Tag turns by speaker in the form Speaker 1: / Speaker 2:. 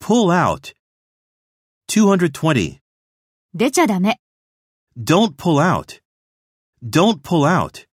Speaker 1: Pull out. 220.
Speaker 2: 出ちゃダメ。
Speaker 1: Don't pull out. Don't pull out.